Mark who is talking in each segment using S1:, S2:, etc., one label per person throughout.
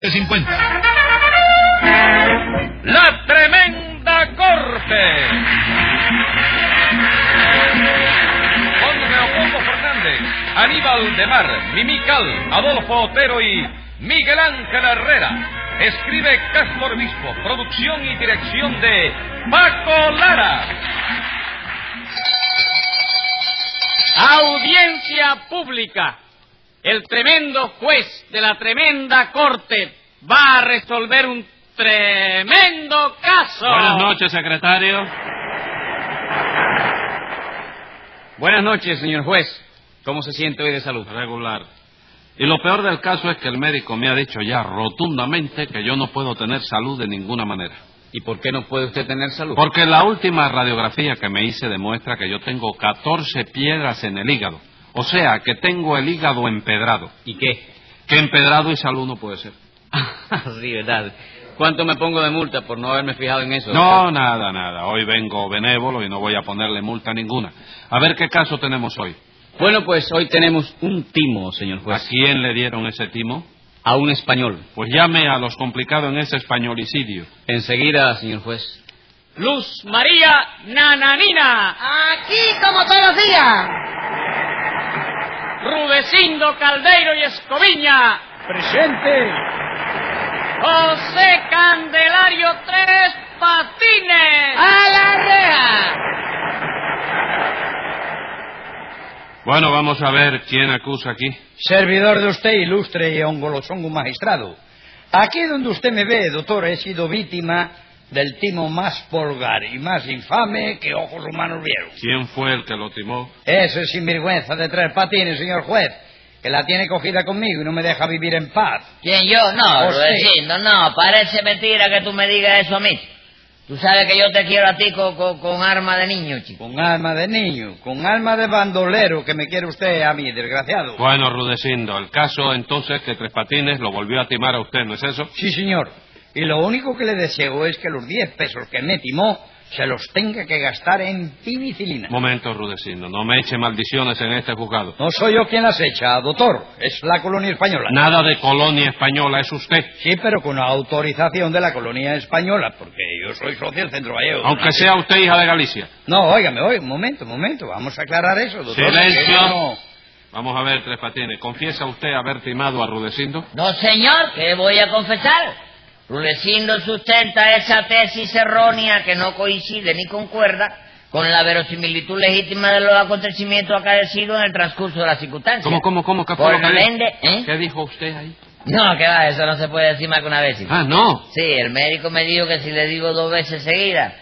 S1: de 50.
S2: La tremenda corte. Con Leopoldo Fernández, Aníbal de Mar, Mimical, Adolfo Otero y Miguel Ángel Herrera. Escribe Castro Obispo, producción y dirección de Paco Lara.
S3: Audiencia pública. El tremendo juez de la tremenda corte va a resolver un tremendo caso.
S4: Buenas noches, secretario.
S3: Buenas noches, señor juez. ¿Cómo se siente hoy de salud?
S4: Regular. Y lo peor del caso es que el médico me ha dicho ya rotundamente que yo no puedo tener salud de ninguna manera.
S3: ¿Y por qué no puede usted tener salud?
S4: Porque la última radiografía que me hice demuestra que yo tengo 14 piedras en el hígado. O sea, que tengo el hígado empedrado.
S3: ¿Y qué?
S4: Que empedrado y salud no puede ser.
S3: sí, verdad. ¿Cuánto me pongo de multa por no haberme fijado en eso?
S4: No, nada, nada. Hoy vengo benévolo y no voy a ponerle multa ninguna. A ver qué caso tenemos hoy.
S3: Bueno, pues hoy tenemos un timo, señor
S4: ¿A
S3: juez.
S4: quién le dieron ese timo?
S3: A un español.
S4: Pues llame a los complicados en ese españolicidio.
S3: Enseguida, señor juez. Luz María Nananina,
S5: Aquí como todos los días.
S3: Rudecindo Caldeiro y Escoviña,
S6: Presente.
S3: José Candelario Tres Patines.
S5: A la reja.
S4: Bueno, vamos a ver quién acusa aquí.
S6: Servidor de usted, ilustre y hongolosongo magistrado. Aquí donde usted me ve, doctor, he sido víctima del timo más vulgar y más infame que ojos humanos vieron.
S4: ¿Quién fue el que lo timó?
S6: Ese sinvergüenza de tres patines, señor juez, que la tiene cogida conmigo y no me deja vivir en paz.
S5: ¿Quién yo? No,
S4: Oh,
S6: Usted.
S5: Rudecindo, no. Parece mentira que tú me digas eso a mí. Tú sabes que yo te quiero a ti co- co- con, arma de niño, chico.
S6: Con alma de niño, con alma de bandolero que me quiere usted a mí, desgraciado.
S4: Bueno, Rudecindo, el caso entonces que Tres Patines lo volvió a timar a usted, ¿no es eso?
S6: Sí, señor. Y lo único que le deseo es que los diez pesos que me timó se los tenga que gastar en penicilina.
S4: Momento, Rudecindo, no me eche maldiciones en este juzgado.
S6: No soy yo quien las echa, doctor. Es la colonia española.
S4: Nada de colonia española, es usted.
S6: Sí, pero con autorización de la colonia española, porque yo soy socio del Centro Gallego.
S4: Aunque sea usted hija de Galicia.
S6: No, óigame, oiga, un momento, un momento. Vamos a aclarar eso, doctor.
S4: Silencio.
S6: No.
S4: Vamos a ver, Tres Patines, ¿confiesa usted haber timado a Rudecindo?
S5: No, señor, que voy a confesar. Rudecindo sustenta esa tesis errónea que no coincide ni concuerda con la verosimilitud legítima de los acontecimientos acaecidos en el transcurso de las circunstancias.
S4: ¿Cómo, cómo, cómo? ¿Qué fue
S5: Por
S4: lo que
S5: lo
S4: dijo?
S5: ende, ¿eh?
S4: ¿Qué dijo usted ahí?
S5: No, que va, eso no se puede decir más que una vez. chico.
S4: Ah, no.
S5: Sí, el médico me dijo que si le digo dos veces seguidas,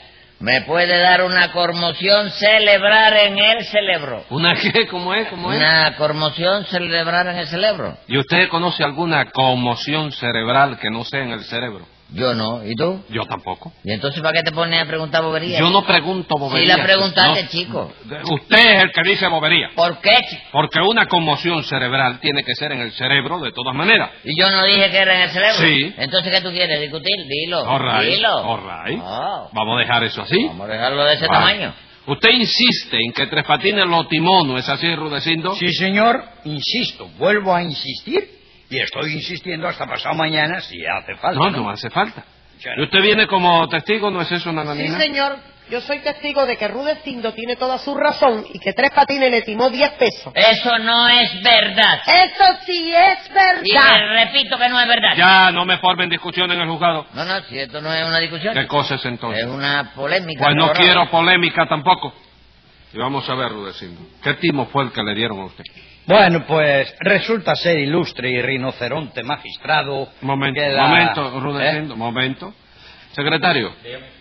S5: me puede dar una conmoción celebrar en el cerebro.
S4: ¿Una qué? ¿Cómo es? ¿Cómo es?
S5: Una conmoción celebrar en el cerebro.
S4: ¿Y usted conoce alguna conmoción cerebral que no sea en el cerebro?
S5: Yo no, ¿y tú?
S4: Yo tampoco.
S5: ¿Y entonces para qué te pones a preguntar bobería? ¿eh?
S4: Yo no pues, pregunto
S5: Sí,
S4: bobería.
S5: la preguntaste, chico.
S4: Usted es el que dice bobería.
S5: ¿Por qué? chico?
S4: Porque una conmoción cerebral tiene que ser en el cerebro de todas maneras.
S5: Y yo no dije que era en el cerebro.
S4: Sí.
S5: Entonces, ¿qué tú quieres? ¿Discutir? Dilo.
S4: All right,
S5: Dilo.
S4: all right.
S5: Oh,
S4: Vamos a dejar eso así.
S5: Vamos a dejarlo de ese
S4: Vale.
S5: tamaño.
S4: Usted insiste en que Tres Patines lo timó, ¿no es así, Rudecindo?
S6: Sí, señor, insisto, vuelvo a insistir y estoy insistiendo hasta pasado mañana si hace falta.
S4: No,
S6: ¿no?
S4: no hace falta.
S6: Ya
S4: Y
S6: no.
S4: usted viene como testigo, ¿no es eso, Nananina?
S7: Sí, señor. Yo soy testigo de que Rudecindo tiene toda su razón y que Tres Patines le timó 10 pesos.
S5: Eso no es verdad.
S7: Eso sí es
S5: Y le repito que no es verdad.
S4: Ya, no me formen discusión en el juzgado.
S5: No, no, si esto no es una discusión.
S4: ¿Qué cosa es entonces?
S5: Es una polémica.
S4: Pues no
S5: cabrón.
S4: quiero polémica tampoco. Y vamos a ver, Rudecindo. ¿Qué timo fue el que le dieron a usted?
S6: Bueno, pues resulta ser ilustre y rinoceronte magistrado.
S4: Momento,
S6: que la-
S4: momento,
S6: ¿Eh?
S4: Rudecindo, momento. Secretario,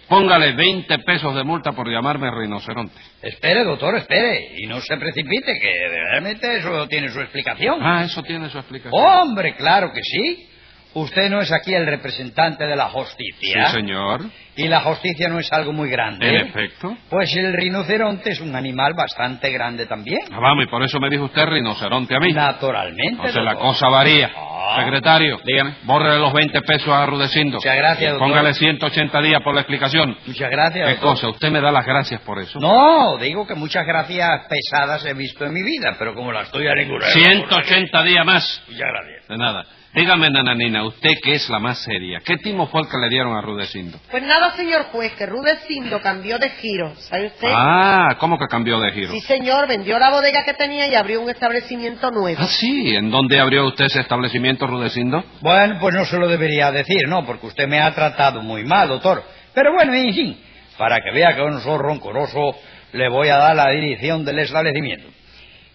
S4: póngale 20 pesos de multa por llamarme rinoceronte.
S6: Espere, doctor, espere. Y no se precipite, que realmente eso tiene su explicación.
S4: Ah, eso tiene su explicación.
S6: Hombre, claro que sí. Usted no es aquí el representante de la
S4: sí,
S6: justicia.
S4: señor.
S6: Y la justicia no es algo muy grande.
S4: En efecto.
S6: Pues el rinoceronte es un animal bastante grande también.
S4: Ah, vamos, y por eso me dijo usted rinoceronte a mí.
S6: Naturalmente.
S4: Entonces la
S6: doctor.
S4: cosa varía.
S6: Ah.
S4: Secretario,
S3: Dígame.
S4: bórrele los 20 pesos a Rudecindo.
S6: Muchas gracias, doctor.
S4: Póngale 180 días por la explicación.
S6: Muchas gracias.
S4: ¿Qué
S6: doctor.
S4: cosa? Usted me da las gracias por eso.
S6: No, digo que muchas gracias pesadas he visto en mi vida, pero como las tuyas ninguna.
S4: 180 días más.
S6: Muchas gracias.
S4: De nada. Dígame, nananina, usted que es la más seria, ¿qué timo fue el que le dieron a Rudecindo?
S7: Pues nada, señor juez, que Rudecindo cambió de giro, ¿sabe usted?
S4: Ah, ¿cómo que cambió de giro?
S7: Sí, señor, vendió la bodega que tenía y abrió un establecimiento nuevo.
S4: Ah, sí, ¿en dónde abrió usted ese establecimiento, Rudecindo?
S6: Bueno, pues no se lo debería decir, ¿no? Porque usted me ha tratado muy mal, doctor. Pero bueno, en fin, para que vea que yo no soy roncoroso, le voy a dar la dirección del establecimiento.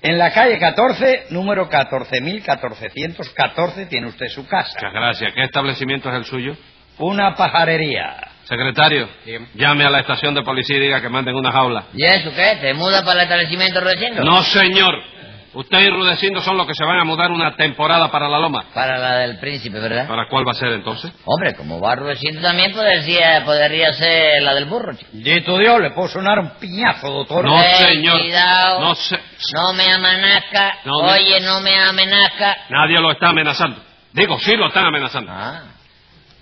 S6: En la calle 14, número 14.414, tiene usted su
S4: Muchas
S6: casa.
S4: gracias. ¿Qué establecimiento es el suyo?
S6: Una pajarería.
S4: Secretario, llame a la estación de policía y diga que manden una jaula.
S5: ¿Y eso qué? ¿Te muda para el establecimiento Rudecindo?
S4: No, señor. Usted y Rudecindo son los que se van a mudar una temporada para la loma.
S5: Para la del príncipe, ¿verdad?
S4: ¿Para cuál va a ser entonces?
S5: Hombre, como va Rudecindo también podría, podría ser la del burro, chico.
S6: Dito Dios, le puedo sonar un piñazo, doctor.
S4: No,
S5: Ey,
S4: señor.
S5: cuidado.
S4: No, se...
S5: No me amenazca.
S4: No me-
S5: Oye, no me amenazca.
S4: Nadie lo está amenazando. Digo, sí lo están amenazando.
S5: Ah.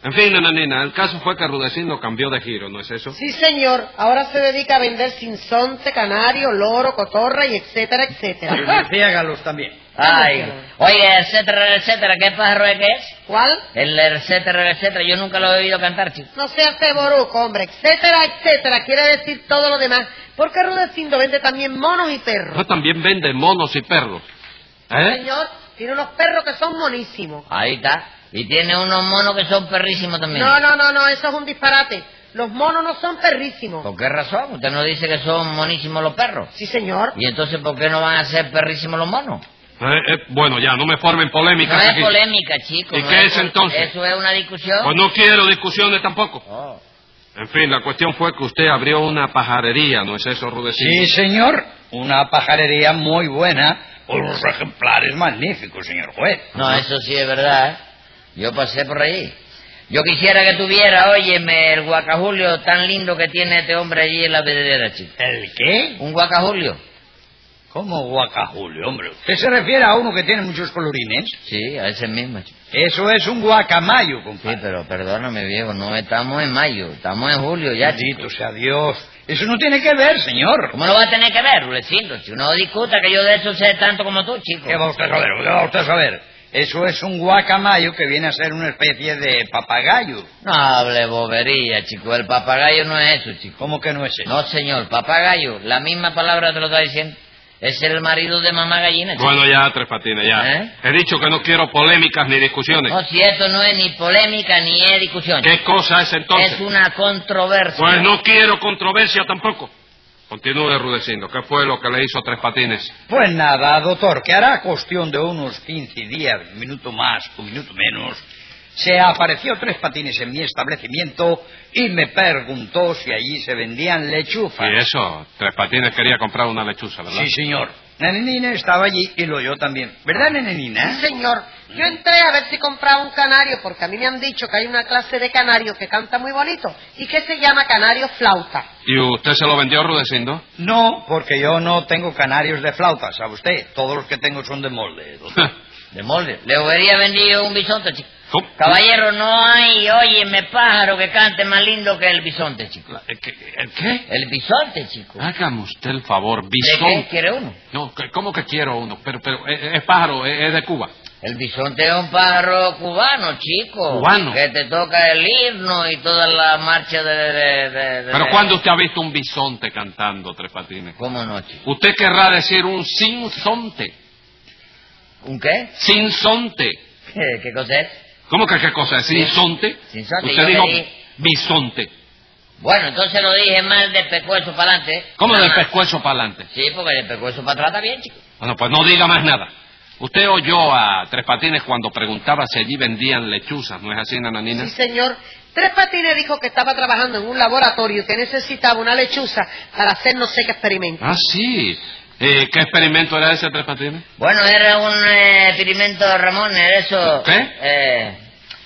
S4: En fin, nananina, el caso fue que Rudecindo cambió de giro, ¿no es eso?
S7: Sí, señor, ahora se dedica a vender cinzonte, canario, loro, cotorra y etcétera, etcétera.
S6: Ah, Y ciégalos también.
S5: Ay. Oye, etcétera, etcétera, ¿qué pájaro es que es?
S7: ¿Cuál?
S5: El etcétera, etcétera, yo nunca lo he oído cantar, chico.
S7: No sea usted boruco, hombre, etcétera, etcétera, quiere decir todo lo demás. Porque Rudecindo vende también monos y
S4: No,
S7: perros.
S4: también vende monos y perros. ¿Eh?
S7: Señor, tiene unos perros que son monísimos.
S5: Ahí está. Y tiene unos monos que son perrísimos también.
S7: No, no, no, no, eso es un disparate. Los monos no son perrísimos.
S5: ¿Por qué razón? Usted no dice que son monísimos los perros.
S7: Sí, señor.
S5: ¿Y entonces por qué no van a ser perrísimos los monos?
S4: Eh, eh, bueno, ya, no me formen polémicas
S5: No es
S4: aquí.
S5: polémica, chico.
S4: ¿Y
S5: no
S4: qué es
S5: pol-
S4: entonces?
S5: Eso es una discusión.
S4: Pues no quiero discusiones tampoco.
S5: Oh.
S4: En fin, la cuestión fue que usted abrió una pajarería, ¿no es eso, Rudecindo?
S6: Sí, señor. Una pajarería muy buena. Con unos ejemplares magníficos, señor juez.
S5: No, eso sí es verdad. ¿eh? Yo pasé por ahí. Yo quisiera que tuviera, óyeme, el guacajulio tan lindo que tiene este hombre allí en la vereda, chico.
S6: ¿El qué?
S5: Un guacajulio.
S6: ¿Cómo guacajulio, hombre? ¿Usted se refiere a uno que tiene muchos colorines?
S5: Sí, a ese mismo, chico.
S6: Eso es un guacamayo,
S5: Sí,
S6: compadre.
S5: pero perdóname, viejo, no estamos en mayo, estamos en julio ya, chico.
S6: Bendito sea Dios. Eso no tiene que ver, señor.
S5: ¿Cómo lo va a tener que ver, Rulecindo? Si no discuta que yo de eso sé tanto como tú, chico.
S6: ¿Qué va usted a saber? ¿Qué va usted a saber? Eso es un guacamayo que viene a ser una especie de papagayo.
S5: No hable bobería, chico. El papagayo no es eso, chico.
S6: ¿Cómo que no es eso?
S5: No, señor, papagayo. La misma palabra te lo está diciendo. Es el marido de mamá gallina, chico.
S4: Bueno, ya, Tres Patines, ya.
S5: ¿Eh?
S4: He dicho que no quiero polémicas ni discusiones.
S5: No, si esto no es ni polémica ni es discusión.
S4: ¿Qué cosa es entonces?
S5: Es una controversia.
S4: Pues no quiero controversia tampoco. Continúe rudeciendo. ¿Qué fue lo que le hizo Tres Patines?
S6: Pues nada, doctor, que hará cuestión de unos 15 días, un minuto más, un minuto menos, se apareció tres patines en mi establecimiento y me preguntó si allí se vendían lechuzas.
S4: Y eso, Tres Patines quería comprar una lechuza, ¿verdad?
S6: Sí, señor. Nenenina estaba allí y lo yo también. ¿Verdad, eh? Nenenina?
S7: Sí, señor. Yo entré a ver si compraba un canario, porque a mí me han dicho que hay una clase de canario que canta muy bonito y que se llama canario flauta.
S4: ¿Y usted se lo vendió rudeciendo?
S6: No, porque yo no tengo canarios de flauta, ¿sabe usted? Todos los que tengo son de molde, doctor.
S5: De molde. Le hubiera vendido un bisonte, chico.
S4: ¿Cómo?
S5: Caballero, no hay, óyeme, pájaro que cante más lindo que el bisonte, chico.
S4: ¿El qué? ¿El qué?
S5: El bisonte, chico.
S4: Hágame usted el favor,
S5: ¿De qué
S4: Ah, bisonte.
S5: quiere uno?
S4: No, que- ¿cómo que quiero uno? Pero, pero, eh, es pájaro, eh, es de Cuba.
S5: El bisonte es un pájaro cubano, chico.
S4: Cubano.
S5: Que te toca el himno y toda la marcha de... de- de- de-
S4: Pero
S5: de-
S4: ¿cuándo usted ha visto un bisonte cantando, Tres Patines?
S5: ¿Cómo no, chico?
S4: Usted querrá decir un sinsonte.
S5: ¿Un qué?
S4: Sinsonte.
S5: ¿Qué, qué cosa es?
S4: ¿Cómo que qué cosa es?
S5: Sí.
S4: ¿Sinsonte?
S5: Sinsonte,
S4: Usted
S5: yo
S4: dijo
S5: leí.
S4: bisonte.
S5: Bueno, entonces lo dije mal de pescuezo para adelante.
S4: ¿Cómo
S5: Nada
S4: del
S5: más.
S4: pescuezo para adelante?
S5: Sí, porque de pescuezo para atrás está bien, chico.
S4: Bueno, pues no diga más nada. Usted oyó a Tres Patines cuando preguntaba si allí vendían lechuzas, ¿no es así, Nananina?
S7: Sí, señor. Tres Patines dijo que estaba trabajando en un laboratorio y que necesitaba una lechuza para hacer no sé qué experimento.
S4: Ah, sí. Eh, ¿Qué experimento era ese, Tres Patines?
S5: Bueno, era un eh, experimento Ramones, eso.
S4: ¿Qué?
S5: Eh,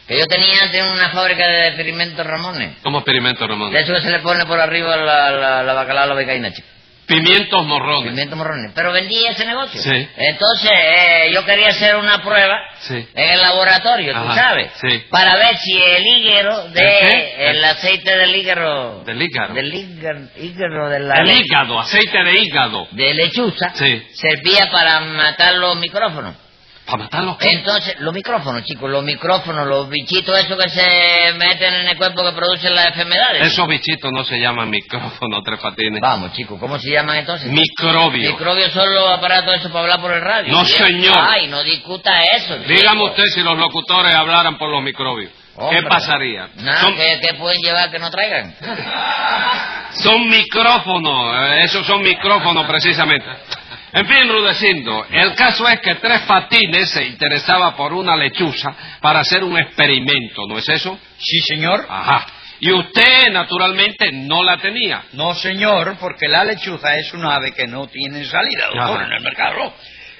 S5: que yo tenía antes una fábrica de experimentos Ramones.
S4: ¿Cómo experimento, Ramón?
S5: De eso que se le pone por arriba la, la, la bacalao a la becaína, chico.
S4: Pimientos morrones.
S5: Pimientos morrones. Pero vendí ese negocio.
S4: Sí.
S5: Entonces, eh, yo quería hacer una prueba
S4: Sí.
S5: en el laboratorio,
S4: Ajá,
S5: tú sabes.
S4: sí.
S5: Para ver si el hígado de...
S4: ¿El qué?
S5: El aceite del hígado...
S4: Del hígado.
S5: Del hígado, hígado de la...
S4: El hígado, aceite de hígado.
S5: De lechuza.
S4: Sí.
S5: Servía para matar los micrófonos.
S4: ¿Para matarlos
S5: Eh,
S4: qué?
S5: Entonces, los micrófonos, chicos, los micrófonos, los bichitos esos que se meten en el cuerpo que producen las enfermedades.
S4: Esos bichitos no se llaman micrófono, tres patines.
S5: Vamos, chicos, ¿cómo se llaman entonces?
S4: Microbios.
S5: Microbios son los aparatos esos para hablar por el radio.
S4: No,
S5: viejo.
S4: señor.
S5: Ay, no discuta eso. chico.
S4: Dígame usted si los locutores hablaran por los microbios.
S5: Hombre.
S4: ¿Qué pasaría?
S5: Nada,
S4: son,
S5: ¿qué, qué pueden llevar que no traigan?
S4: son micrófonos, eh, esos son micrófonos precisamente. En fin, Rudecindo, el caso es que Tres Patines se interesaba por una lechuza para hacer un experimento, ¿no es eso?
S6: Sí, señor.
S4: Ajá. Y usted, naturalmente, no la tenía.
S6: No, señor, porque la lechuza es un ave que no tiene salida, doctor,
S4: Ajá.
S6: en el mercado. ¿no?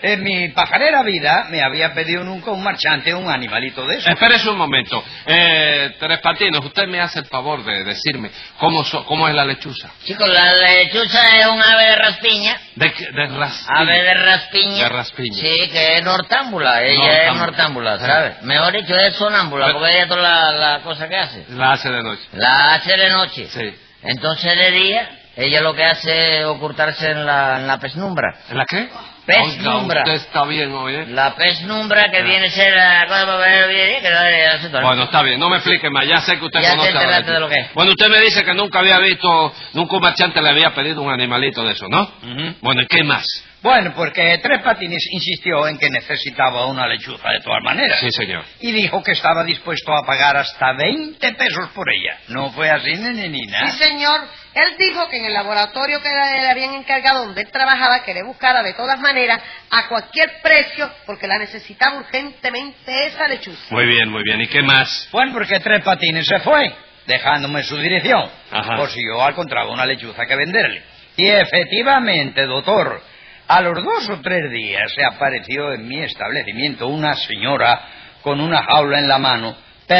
S6: En mi pajarera vida me había pedido nunca un marchante un animalito de eso.
S4: Espérese un momento. Eh, Tres Patines, usted me hace el favor de decirme cómo, so- cómo es la lechuza.
S5: Chicos, la lechuza es un ave de raspiña.
S4: De, de ras-
S5: Ave de raspiña.
S4: De raspiña.
S5: Sí, que es nortámbula. Ella es
S4: Nortámbula.
S5: nortámbula, ¿sabes? Mejor dicho, es sonámbula,
S4: Pero-
S5: porque ella es toda la, la cosa que hace.
S4: La hace de noche.
S5: La hace de noche.
S4: Sí.
S5: Entonces de día, ella lo que hace es ocultarse en la, en la pesnumbra.
S4: ¿En la qué?
S5: Penumbra.
S4: Oiga, usted está bien hoy, ¿eh?
S5: La pesnumbra que viene a ser la cosa para ver bien, que la- la- la- la-
S4: Bueno, está bien, no me explique más, ya sé que usted
S5: Ya sé
S4: conoce a la
S5: enterarte
S4: lechuza.
S5: de lo que es.
S4: Bueno, usted me dice que nunca había visto, nunca un marchante le había pedido un animalito de eso, ¿no?
S5: Mm.
S6: Ujú.
S4: Bueno, ¿y qué más?
S6: Bueno, porque Tres Patines insistió en que necesitaba una lechuza de todas maneras.
S4: Sí, señor.
S6: Y dijo que estaba dispuesto a pagar hasta 20 pesos por ella. No fue así, nene, ni nada.
S7: Sí, señor. Él dijo que en el laboratorio que le habían encargado donde él trabajaba, que le buscara de todas maneras a cualquier precio, porque la necesitaba urgentemente esa lechuza.
S4: Muy bien, muy bien, ¿y qué más?
S6: Bueno, porque Tres Patines se fue, dejándome su dirección.
S4: Ajá.
S6: Por si yo encontraba una lechuza que venderle. Y efectivamente, doctor, a los dos o tres días se apareció en mi establecimiento una señora con una jaula en la mano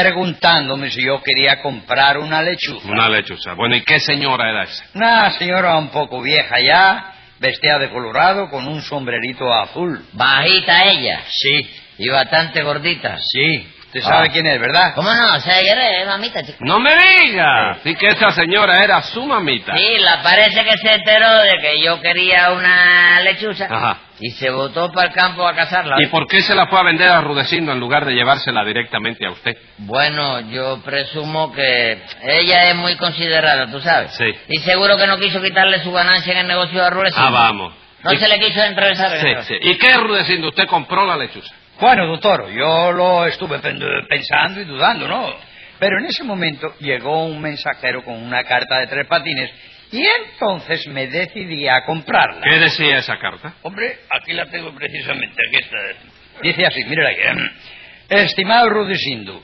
S6: preguntándome si yo quería comprar una lechuza.
S4: Una lechuza. Bueno, ¿y qué señora era esa?
S6: Una señora un poco vieja ya, vestida de colorado con un sombrerito azul.
S5: Bajita ella
S6: Sí,
S5: y bastante gordita.
S6: sí. Usted sabe
S5: Ah.
S6: quién es, ¿verdad?
S5: ¿Cómo no? O sea, ella era- es mamita, chico.
S4: ¡No me diga! Sí que esa señora era su mamita.
S5: Sí, la parece que se enteró de que yo quería una lechuza
S4: Ajá.
S5: y se botó para el campo a cazarla.
S4: ¿Y por qué se la fue a vender a Rudecindo en lugar de llevársela directamente a usted?
S5: Bueno, yo presumo que ella es muy considerada, tú sabes.
S4: Sí.
S5: Y seguro que no quiso quitarle su ganancia en el negocio de Arrules.
S4: Ah, vamos.
S5: No
S4: Y-
S5: se le quiso entrevistar.
S4: Sí, sí. ¿Y qué Rudecindo? ¿Usted compró la lechuza?
S6: Bueno, doctor, yo lo estuve pen- pensando y dudando, ¿no? Pero en ese momento llegó un mensajero con una carta de tres patines y entonces me decidí a comprarla.
S4: ¿Qué decía esa carta?
S6: Hombre, aquí la tengo precisamente, aquí está. Dice así, mírala aquí. Estimado Rudecindo,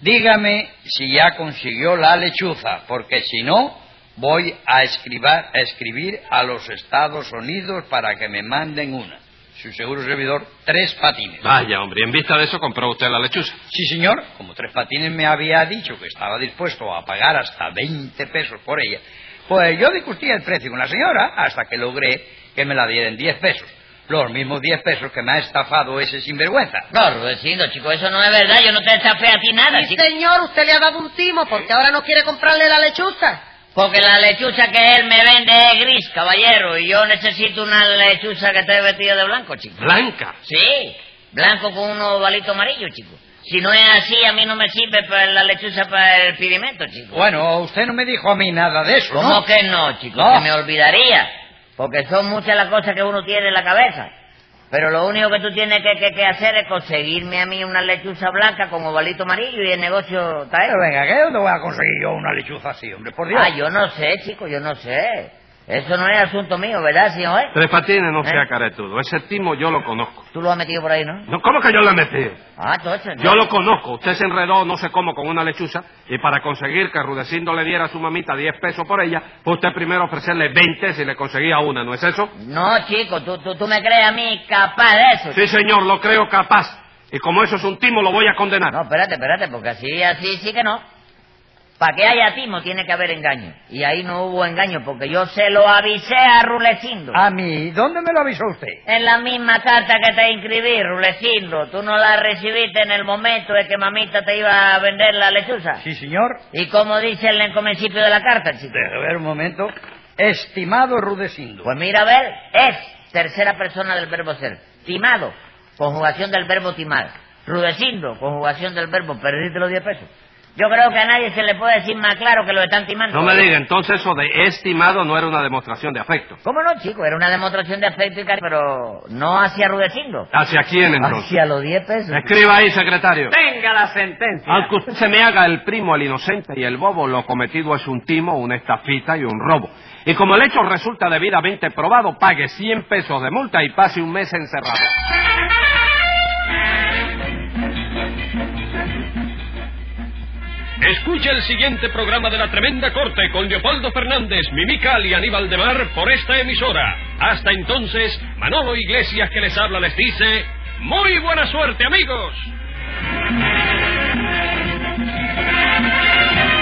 S6: dígame si ya consiguió la lechuza, porque si no, voy a, escribar- a escribir a los Estados Unidos para que me manden una. Su seguro servidor, tres patines.
S4: Vaya, hombre, en vista de eso compró usted la lechuza.
S6: Sí, señor. Como Tres Patines me había dicho que estaba dispuesto a pagar hasta 20 pesos por ella, pues yo discutía el precio con la señora hasta que logré que me la dieran 10 pesos. Los mismos 10 pesos que me ha estafado ese sinvergüenza.
S5: No, Rudecindo, chico, eso no es verdad. Yo no te estafé a ti nada,
S7: Sí,
S5: chico.
S7: señor, usted le ha dado un timo porque ahora no quiere comprarle la lechuza.
S5: Porque la lechuza que él me vende es gris, caballero, y yo necesito una lechuza que esté vestida de blanco, chico.
S4: Blanca.
S5: Sí, blanco con unos ovalitos amarillos, chico. Si no es así, a mí no me sirve para la lechuza para el pigmento, chico.
S6: Bueno, usted no me dijo a mí nada de eso,
S5: ¿Cómo
S6: ¿no?
S5: que no, chico?
S6: No.
S5: Se me olvidaría. Porque son muchas las cosas que uno tiene en la cabeza. Pero lo único que tú tienes que, que- que hacer es conseguirme a mí una lechuza blanca con ovalito amarillo y el negocio está hecho.
S6: Pero venga, ¿qué dónde voy a conseguir yo una lechuza así, hombre? Por Dios.
S5: Ah, yo no sé, chico, yo no sé. Eso no es asunto mío, ¿verdad, señor?
S4: Tres patines, no sea
S5: ¿Eh?
S4: caretudo. Ese timo yo lo conozco.
S5: Tú lo has metido por ahí, ¿no?
S4: No, ¿Cómo que yo lo he metido?
S5: Ah, entonces...
S4: Yo lo conozco. Usted se enredó no sé cómo con una lechuza y para conseguir que Rudecindo le diera a su mamita 10 pesos por ella, fue usted primero a ofrecerle 20 si le conseguía una, ¿no es eso?
S5: No, chico, tú, tú, tú me crees a mí capaz de eso.
S4: Sí, señor, lo creo capaz. Y como eso es un timo, lo voy a condenar.
S5: No, espérate, espérate, porque así, así sí que no. Para que haya timo tiene que haber engaño. Y ahí no hubo engaño, porque yo se lo avisé a Rulecindo.
S6: A mí, ¿dónde me lo avisó usted?
S5: En la misma carta que te inscribí, Rulecindo, tú no la recibiste en el momento de que mamita te iba a vender la lechuza.
S6: Sí, señor.
S5: ¿Y cómo dice el encomencipio de la carta, chico?
S6: Deje ver un momento. Estimado Rudecindo.
S5: Pues mira, a ver, es tercera persona del verbo ser. Timado. conjugación del verbo timar. Rudecindo, conjugación del verbo perdiste los 10 pesos. Yo creo que a nadie se le puede decir más claro que lo están timando.
S4: No me diga, entonces eso de estimado no era una demostración de afecto.
S5: ¿Cómo no, chico? Era una demostración de afecto y cariño, pero no hacia Rudecindo.
S4: ¿Hacia quién entonces?
S5: Hacia los 10 pesos.
S4: Escriba ahí, secretario.
S3: Venga la sentencia.
S4: Aunque usted se me haga el primo, el inocente y el bobo, lo cometido es un timo, una estafita y un robo. Y como el hecho resulta debidamente probado, pague 100 pesos de multa y pase un mes encerrado.
S2: Escucha el siguiente programa de La Tremenda Corte con Leopoldo Fernández, Mimical y Aníbal de Mar por esta emisora. Hasta entonces, Manolo Iglesias que les habla les dice, ¡Muy buena suerte amigos!